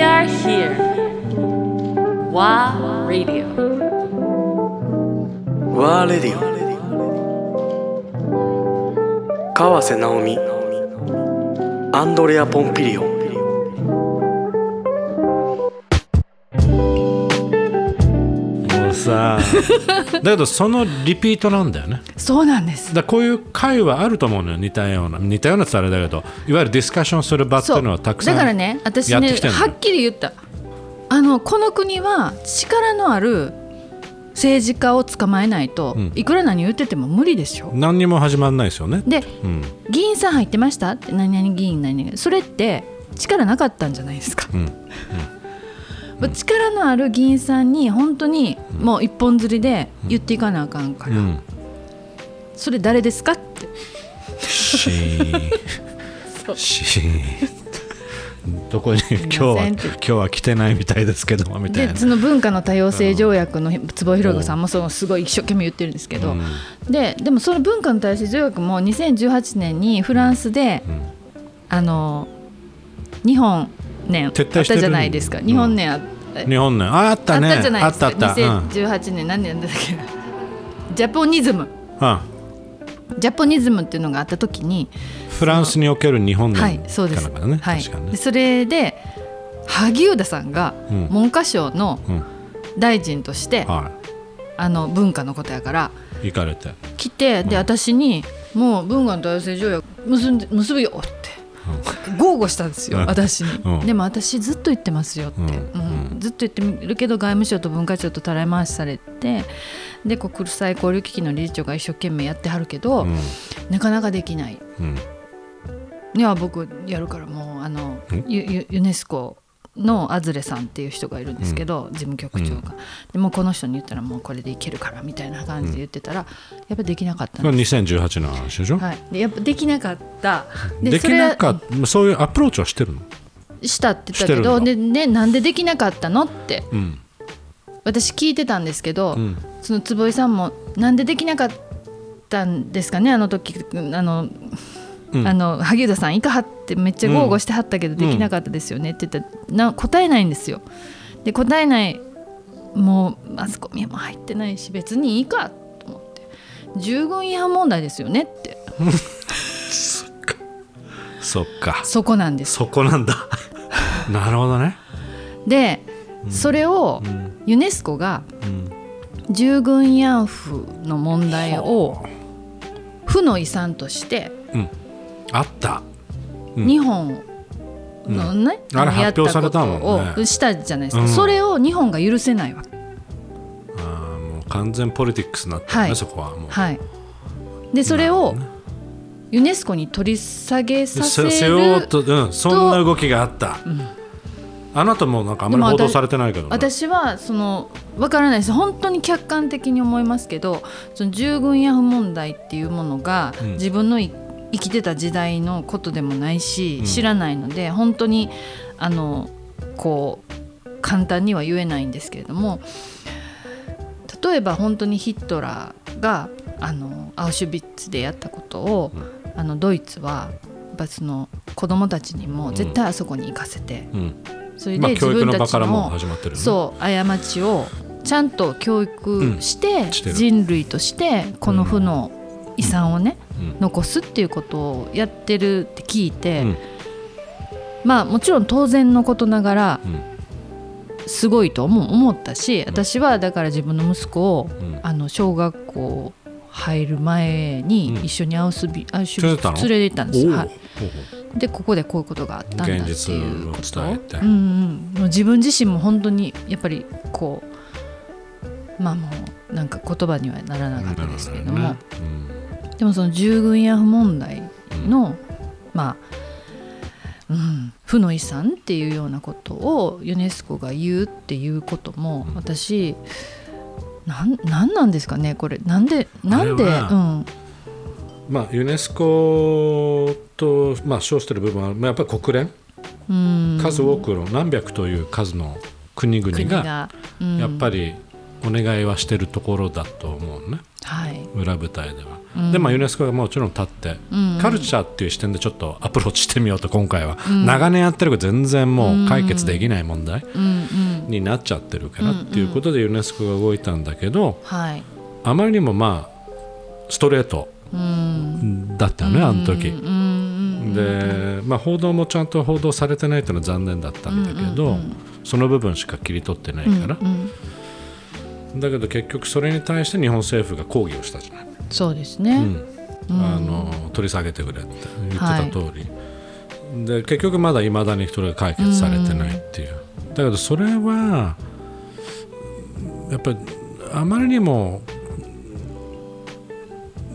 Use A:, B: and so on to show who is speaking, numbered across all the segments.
A: are here. WA Radio.
B: ワーレディオ川瀬直美アンドレア・ポンピリオ
C: もう さだけどそのリピートなんだよね
D: そうなんです。
C: だからこういう会はあると思うのよ似たような似たようなって言ったらあれだけどいわゆるディスカッションする場っていうのはたくさん
D: だからね、私
C: やっ
D: ね、
C: てきてるの
D: はっきり言った。あのこの国は力のある政治家を捕まえないと、
C: ん
D: いくら何言ってても無理でしょ。
C: 何にも始まらないですよね
D: で、
C: うん
D: 議員さん入ってましたって何々議員何々それって力なかったんじゃないですか。
C: うん
D: 力のある議員さんに本当にもう一本釣りで言っていかなあかん
C: う
D: から、
C: ん
D: それ誰ですかって
C: シーンシーンどこに今日は
D: すいませんって
C: 今日は来てないみたいですけどもみたいな
D: でその文化の多様性条約の坪井宏さんもそのすごい一生懸命言ってるんですけど、ででもその文化の多様性条約も2018年にフランスで、
C: ん
D: あの日本年あっ
C: 撤退
D: た
C: してる
D: じゃないですか
C: うん
D: 日本年あ,、え
C: 日本ねああったね
D: あったじゃない
C: あ
D: で
C: っ
D: す
C: た
D: か
C: あったうん
D: 2018年何年だっけなジャポニズム
C: あ
D: ジャポニズムっていうのがあった時に、
C: フランスにおける日本の
D: はい、そうです。
C: からね
D: はい
C: 確かに、
D: で
C: ね
D: それで萩生田さんが
C: うん
D: 文科省の
C: うん
D: 大臣として、
C: は
D: あの文化のことやから
C: い行かれて
D: 来てで私に「もう文化の多様性条約結んで結ぶよ」って豪語したんですよ
C: うん
D: 私
C: うん
D: にでも私ずっと言ってますよって、
C: うん
D: うんずっと言ってるけど外務省と文化庁とたらい回しされてで国際交流基金の理事長が一生懸命やってはるけど、
C: うん
D: なかなかできない
C: うん
D: いや僕やるからもうあの
C: ん
D: ユユユネスコのアズレさんっていう人がいるんですけど、事務局長が、でもうこの人に言ったらもうこれでいけるからみたいな感じで言ってたら、やっぱできなかった
C: こ
D: ん
C: れ
D: です、
C: 2018の話でしょ、
D: はい、でやっぱできなかった
C: できなか
D: そ
C: ったそういうアプローチはしてるの、
D: れしたって言ったけど
C: して
D: で、ね、なんでできなかったのって
C: うん
D: 私聞いてたんですけど、
C: うん
D: その坪井さんもなんでできなかったんですかねあの時あの
C: うん
D: あの萩生田さんいかはってめっちゃ豪語してはったけどできなかったですよねって言ったらな答えないんですよ。で答えないもうマスコミも入ってないし別にいいかと思って従軍違反問題ですよねって
C: そっか
D: そこなんです。
C: そこなんだ なるほどね、
D: でそれをユネスコが
C: うん
D: 従軍慰安婦の問題を負の遺産として
C: あったうん
D: 日本のね、
C: うんあれ
D: のやっ
C: 発表されたもんね
D: ことをしたじゃないですか、
C: うん
D: それを日本が許せないわけ
C: あーもう完全ポリティックスになったね、
D: はい
C: そこはもう、
D: はい、でそれをユネスコに取り下げさせ
C: せ
D: る
C: 背負おうと、うん、そんな動きがあった、あなたもなんかあんまり
D: でも
C: 報道
D: 私
C: されてないけど、ね、
D: 私はそのわからないです本当に客観的に思いますけどその従軍慰安婦問題っていうものが、
C: うん
D: 自分のい生きてた時代のことでもないし、
C: うん
D: 知らないので本当にあのこう簡単には言えないんですけれども例えば本当にヒットラーがあのアウシュビッツでやったことを、あのドイツはやっぱその子供たちにも絶対あそこに行かせて、
C: うん
D: それ
C: まあ、
D: で自
C: 教育
D: 分
C: の
D: た
C: 場
D: ち
C: からもう
D: の
C: 始まってるよね
D: そう過ちをちゃんと教育して,、
C: んしてる
D: 人類としてこの負の遺産をね、
C: うん
D: 残すっていうことをやってるって聞いて、
C: うん
D: まあもちろん当然のことながら
C: うん
D: すごいと思う思ったし私はだから自分の息子を、
C: うん
D: あの小学校入る前に
C: うん
D: 一緒にアウスビ、アウシ
C: 連
D: ュビ
C: れ
D: ッ
C: てたの
D: ツ連れて行ったんです
C: お
D: よ、
C: う
D: はい
C: ほう
D: でここでこういうことがあったんだっていう
C: 現実を
D: こと
C: 伝えて
D: うんうん、もう自分自身も本当にやっぱりこうまあもうなんか言葉にはならなかったですけれども、
C: なるほどね
D: でもその従軍慰安婦問題の、まあ、うん、負の遺産っていうようなことをユネスコが言うっていうことも
C: うん
D: 私なんなんなんですかねこれなんでなんで、
C: あ
D: う
C: れは
D: ん、
C: うんまあ、ユネスコと、まあ、称してる部分は、まあ、やっぱり国連
D: うん
C: 数多くの何百という数の国々
D: 国
C: が
D: が、うん
C: やっぱりお願いはしてるところだと思うね
D: はい、
C: 裏舞台では。
D: うん
C: で、まあ、ユネスコがもちろん立って、
D: うんうん
C: カルチャーっていう視点でちょっとアプローチしてみようと今回は、
D: ん
C: 長年やってるけど全然もう解決できない問題
D: うんうん
C: になっちゃってるからっていうことでユネスコが動いたんだけど
D: はい
C: あまりにもまあストレート
D: うん
C: だったよね、あの時。
D: うんうん
C: で、まあ、報道もちゃんと報道されてないっていうのは残念だったんだけど、
D: うんうんうん
C: その部分しか切り取ってない
D: うん
C: から、
D: うんうん
C: だけど結局それに対して日本政府が抗議をしたじゃない、
D: そうです
C: う
D: ね、
C: んあの取り下げてくれって言ってた通り、で結局まだいまだにそれが解決されてないっていう、だけどそれはやっぱりあまりにも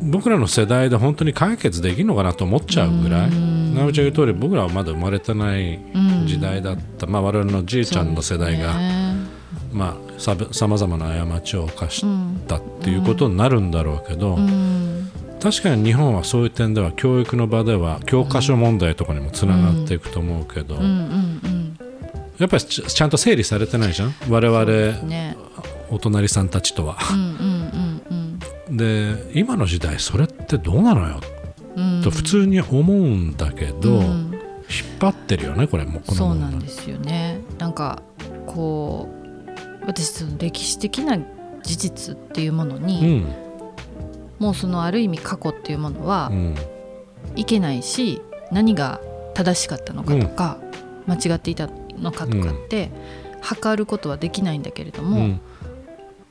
C: 僕らの世代で本当に解決できるのかなと思っちゃうぐらい直美ちゃん言う通り僕らはまだ生まれてない時代だった、まあ、我々のじいちゃんの世代が、
D: ね
C: まあ、さぶさまざまな過ちを犯したっていうことになるんだろうけど、
D: うん
C: 確かに日本はそういう点では教育の場では教科書問題とかにもつながっていくと思うけど、
D: うんうんうん
C: やっぱりちちゃんと整理されてないじゃん我々
D: ね
C: お隣さんたちとは。
D: うんうんうん
C: で今の時代それってどうなのよ
D: うんうん
C: と普通に思うんだけど、
D: うん
C: 引っ張ってるよねこれもうこの
D: そう
C: 問
D: な
C: 題
D: んですよねなんかこう私その歴史的な事実っていうもの
C: う
D: に、
C: ん
D: もうそのある意味過去っていうものは
C: うん
D: いけないし、何が正しかったのかとか、間違っていたのかとかって、測ることはできないんだけれども、
C: うん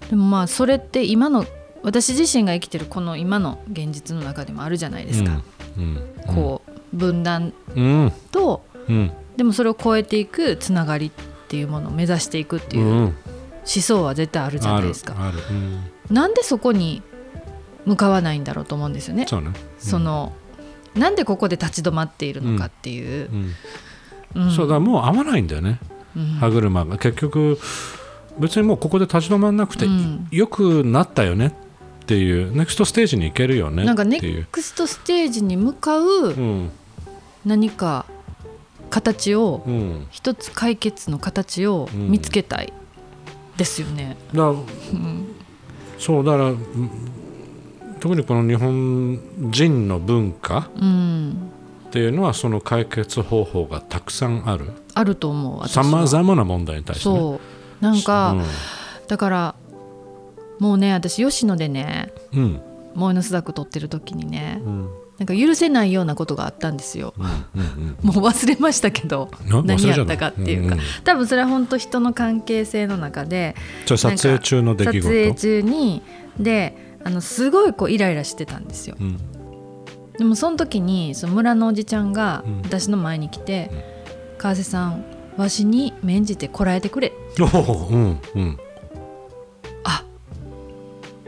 D: でもまあそれって今の私自身が生きてるこの今の現実の中でもあるじゃないですか、
C: うん
D: こう分断
C: うん
D: と
C: うん
D: でもそれを超えていくつながりっていうものを目指していくっていううん
C: うん
D: 思想は絶対あるじ
C: あ
D: ゃない
C: る
D: ですか
C: ある、うん
D: なんでそこに向かわないんだろうと思うんですよね
C: そうね
D: そのなんでここで立ち止まっているのかっていう、
C: うん
D: うん
C: そうだからもう合わないんだよね
D: うん
C: 歯車が結局別にもうここで立ち止まらなくて、
D: うん
C: よくなったよねっていうネクストステージに行けるよね
D: なんかネ
C: ってい
D: ク
C: う。
D: ストステージに向かう
C: うん
D: 何か形を
C: うん、だか
D: 一つ解決の形を
C: うん
D: 見つけたいですよね。
C: ら
D: うん
C: そうだからうん特にこの日本人の文化
D: うん
C: っていうのはその解決方法がたくさんある
D: あると思う私
C: さ
D: は
C: まざまな問題に対して、ね、
D: そうなんか、だからもうね私吉野でね
C: うんうん
D: モーノスダク撮ってる時にね
C: うん
D: なんか許せないようなことがあったんですよ
C: うん
D: もう忘れましたけど
C: な忘れ
D: 何
C: ちゃ
D: や
C: うの
D: ったかっていうか、
C: うんうん
D: 多分それは本当人の関係性の中で
C: じゃあ撮影中の出来事
D: 撮影中にであのすごいこうイライラしてたんですよ
C: うん
D: でもその時にその村のおじちゃんが
C: うん
D: 私の前に来て「川瀬さんわしに免じてこらえてくれ」
C: おーうんうん
D: あ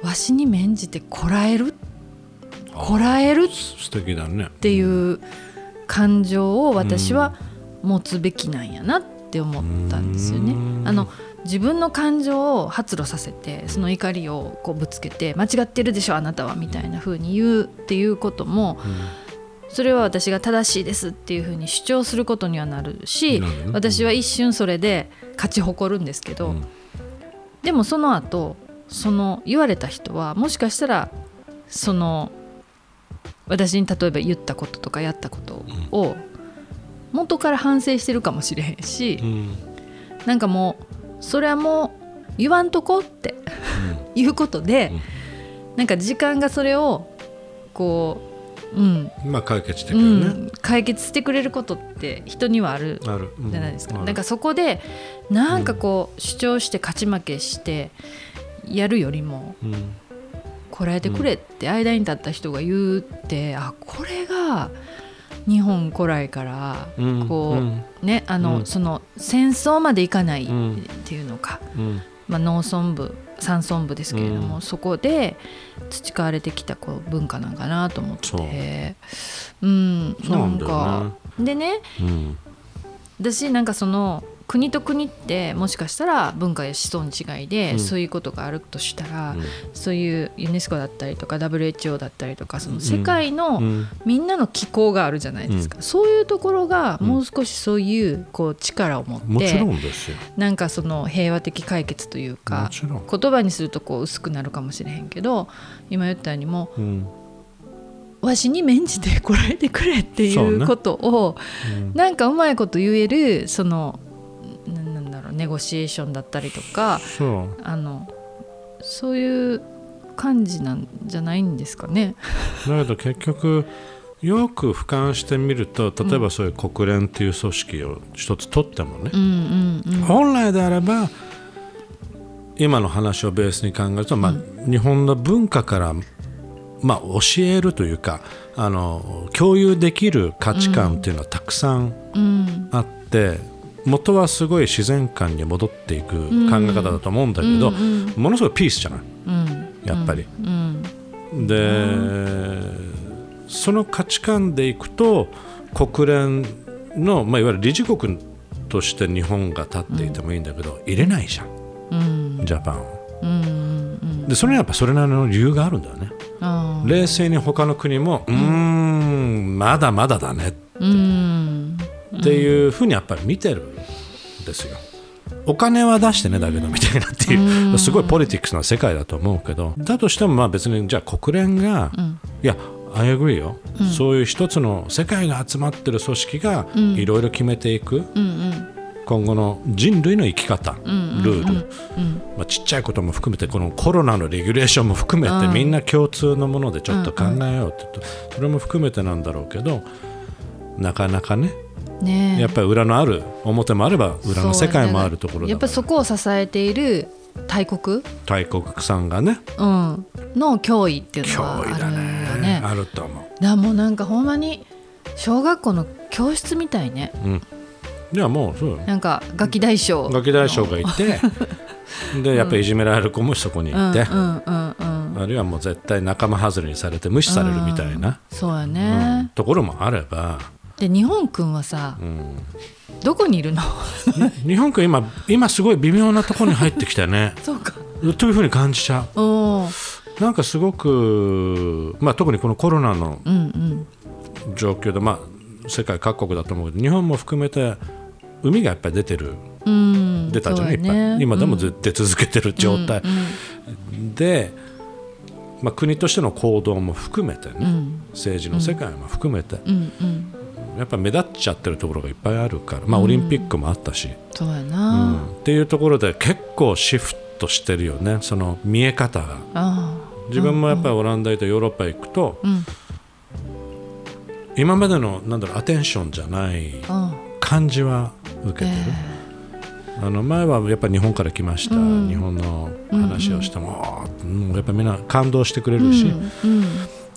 D: わしに免じてこらえるこらえるっ
C: 素敵だねって
D: いう感情を私は持つべきなんやなって思ったんですよね
C: う。ん
D: あの自分の感情を発露させてその怒りをこうぶつけて間違ってるでしょあなたはみたいな風に言うっていうこともそれは私が正しいですっていう風に主張することにはなるし
C: なるね
D: 私は一瞬それで勝ち誇るんですけ
C: う
D: ど、
C: ん
D: でもその後その言われた人はもしかしたらその私に例えば言ったこととかやったことを元から反省してるかもしれへんし、
C: うん
D: なんかもうそれはもう言わんとこっていうことで、なんか時間がそれをこう、うん
C: うんまあ解決して
D: う
C: くるね、
D: ん、解決してくれることって人にはある
C: ある
D: じゃないですか、
C: うん
D: なんかそこでなんかこう主張して勝ち負けしてやるよりも
C: うん
D: こらえてくれって間に立った人が言うって、あこれが日本古来から
C: うん
D: こ
C: う
D: う、
C: ん
D: ねあの、
C: うん
D: その戦争までいかないっ
C: うん
D: ていうのか、
C: うん
D: まあ、農村部山村部ですけれども、
C: うん
D: そこで培われてきたこう文化なんかなと思ってうん
C: そうなんだよね
D: かでね
C: うん
D: 私なんかその国と国ってもしかしたら文化や思想の違いで、
C: うん
D: そういうことがあるとしたら、
C: うん
D: そういうユネスコだったりとか WHO だったりとかその
C: ん
D: 世界
C: う
D: の
C: ん
D: みんなの機構があるじゃないですか、そういうところがもう少しそういうこう力を持っ
C: もち
D: て、
C: ろんですよ
D: なんかその平和的解決という
C: も
D: か
C: ちろん
D: 言葉にするとこう薄くなるかもしれへんけど今言ったようにも
C: うん
D: わしに免じてこられてくれって
C: そ
D: いうう
C: ね
D: ことを、
C: うん
D: なんかうまいこと言えるそのななんだろうネゴシエーションだったりとか
C: そう
D: あのそういう感じなんじゃないんですかね。
C: だけど結局よく俯瞰してみると例えばそういう国連っていう組織を一つ取ってもね、
D: うんうんうん
C: 本来であれば今の話をベースに考えると、まあ日本の文化から、まあ、教えるというかあの共有できる価値観っていうのはたくさん
D: うん
C: あって、元はすごい自然観に戻っていく考え方だと思うんだけど、ものすごいピースじゃない
D: うん
C: やっぱり。
D: うん
C: で、その価値観でいくと国連の、まあ、いわゆる理事国として日本が立っていてもいいんだけど、入れないじゃん
D: うん
C: ジャパンを。
D: うんうん
C: でそれにはやっぱそれなりの理由があるんだよね。
D: あー
C: 冷静に他の国もうーんまだまだだね
D: うん
C: っていうふうにやっぱり見てるんですよ。お金は出してねだけどみたいなっていうすごいポリティクスな世界だと思うけどだとしてもまあ別にじゃあ国連が、いや I agree よ、そういう一つの世界が集まってる組織がいろいろ決めていく、今後の人類の生き方、ルール、まあ、ちっちゃいことも含めてこのコロナのレギュレーションも含めて、みんな共通のものでちょっと考えようって言うと、それも含めてなんだろうけどなかなかね
D: ねえ
C: やっぱり裏のある表もあれば裏の世界もあるところだから、
D: やっぱりそこを支えている大国、
C: 大国さんがね
D: うん、の脅威っていうのは
C: 脅威
D: あ
C: だ
D: るよ
C: ね
D: ね。だか
C: あると思
D: らもうなんかほんまに小学校の教室みたいね
C: う、うん、いやもうそうよ
D: なんかガキ大将
C: ガキ大将がい てでやっぱりいじめられる子もそこにいて、
D: うんうんうんうん
C: あるいはもう絶対仲間外れにされて無視されるみたいな、
D: そうや
C: うん
D: ね、
C: ところもあれば、
D: で日本君はさ、
C: うん、
D: どこにいるの
C: ね日本君今今すごい微妙なところに入ってきたね
D: そうか
C: というふうに感じちゃ
D: おー
C: うなんかすごく、まあ、特にこのコロナの
D: うんうん
C: 状況で、まあ、世界各国だと思うけど日本も含めて海がやっぱり出てる
D: うん
C: 出たじゃない、
D: そう
C: いっぱ
D: や
C: い
D: ね
C: 今でもず出続けてる状態、で、まあ、国としての行動も含めてね、政治の世界も含めて、
D: うんうん
C: やっぱ目立っちゃってるところがいっぱいあるから、まあ、オリンピックもあったし、
D: そうや
C: うん
D: な、
C: っていうところで結構シフトしてるよねその見え方が。
D: あ
C: 自分もやっぱりオランダ行ってヨーロッパ行くと、
D: ん
C: 今までのなんだろうアテンションじゃない
D: ああ
C: 感じは受けてる、あの前はやっぱり日本から来ました、日本の話をしても、うんやっぱみんな感動してくれるし、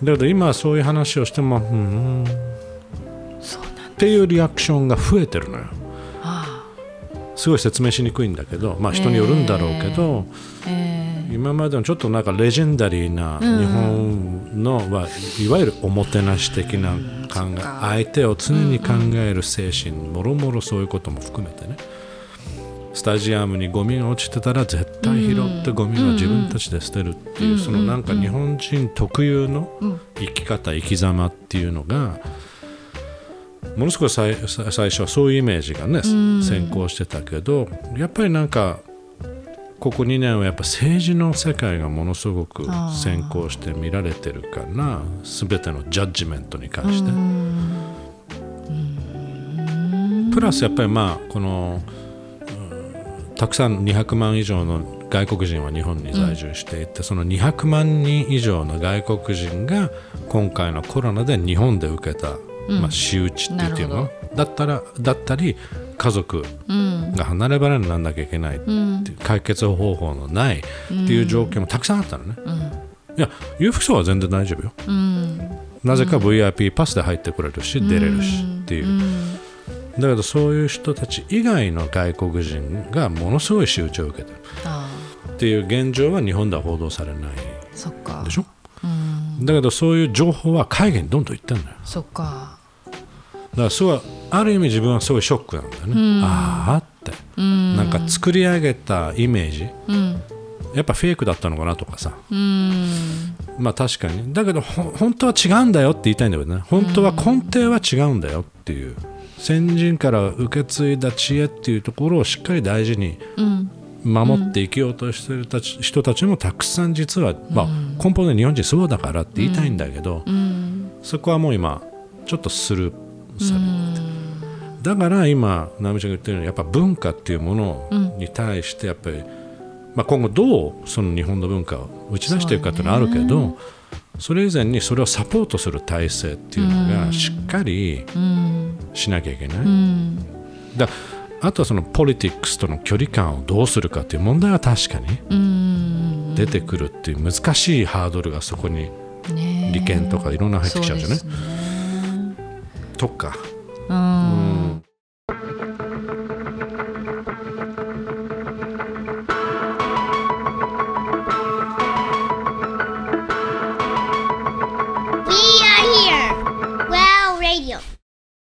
C: だけど今はそういう話をしても、うんうんっていうリアクションが増えてるのよすごい説明しにくいんだけど、まあ、人によるんだろうけど、
D: ええ
C: 今までのちょっとなんかレジェンダリーな日本のはいわゆるおもてなし的な考え相手を常に考える精神もろもろそういうことも含めてねスタジアムにゴミが落ちてたら絶対拾ってゴミは自分たちで捨てるっていうそのなんか日本人特有の生き方生き様っていうのがものすごい最最最初はそういうイメージがね先行してたけどやっぱりなんかここ2年はやっぱ政治の世界がものすごく先行して見られてるから全てのジャッジメントに関して。プラスやっぱりまあこのうんたくさん200万以上の外国人は日本に在住していて、その200万人以上の外国人が今回のコロナで日本で受けた、まあ、仕打ちって言っていう
D: な
C: の
D: る
C: だったらだったり家族が離れ離れにならなきゃいけないっていう、解決方法のないっていう状況もたくさんあったのね、いや裕福層は全然大丈夫よ、なぜか VIP パスで入ってくれるし、出れるしっていう、だけどそういう人たち以外の外国人がものすごい仕打ちを受けてる
D: あ
C: っていう現状は日本では報道されない
D: あそっか
C: でしょだけどそういう情報は海外にどんどん行ってんだよ
D: そっか
C: だからすごいある意味自分はすごいショックなんだよね、ああって、なんか作り上げたイメージ、やっぱフェイクだったのかなとかさ、まあ確かにだけどほ本当は違うんだよって言いたいんだけどね本当は根底は違うんだよっていう先人から受け継いだ知恵っていうところをしっかり大事に守って生きようとしてるたち、人たちもたくさん実は、まあ、根本で日本人そうだからって言いたいんだけど、そこはもう今ちょっとスルーされる
D: うん
C: だから今直美ちゃんが言ってるようにやっぱ文化っていうも
D: う
C: の
D: ん
C: に対してやっぱり、まあ、今後どうその日本の文化を打ち出していくかっていうのはあるけ
D: そう
C: どそれ以前にそれをサポートする体制っていうの
D: う
C: が
D: ん
C: しっかり
D: うん
C: しなきゃいけない、
D: うん
C: だあとはそのポリティックスとの距離感をどうするかっていう問題は確かに
D: うん
C: 出てくるっていう難しいハードルがそこに
D: ねえ
C: 利権とかいろんな入ってきちゃうじゃない、
D: そうですね
C: とか
D: うん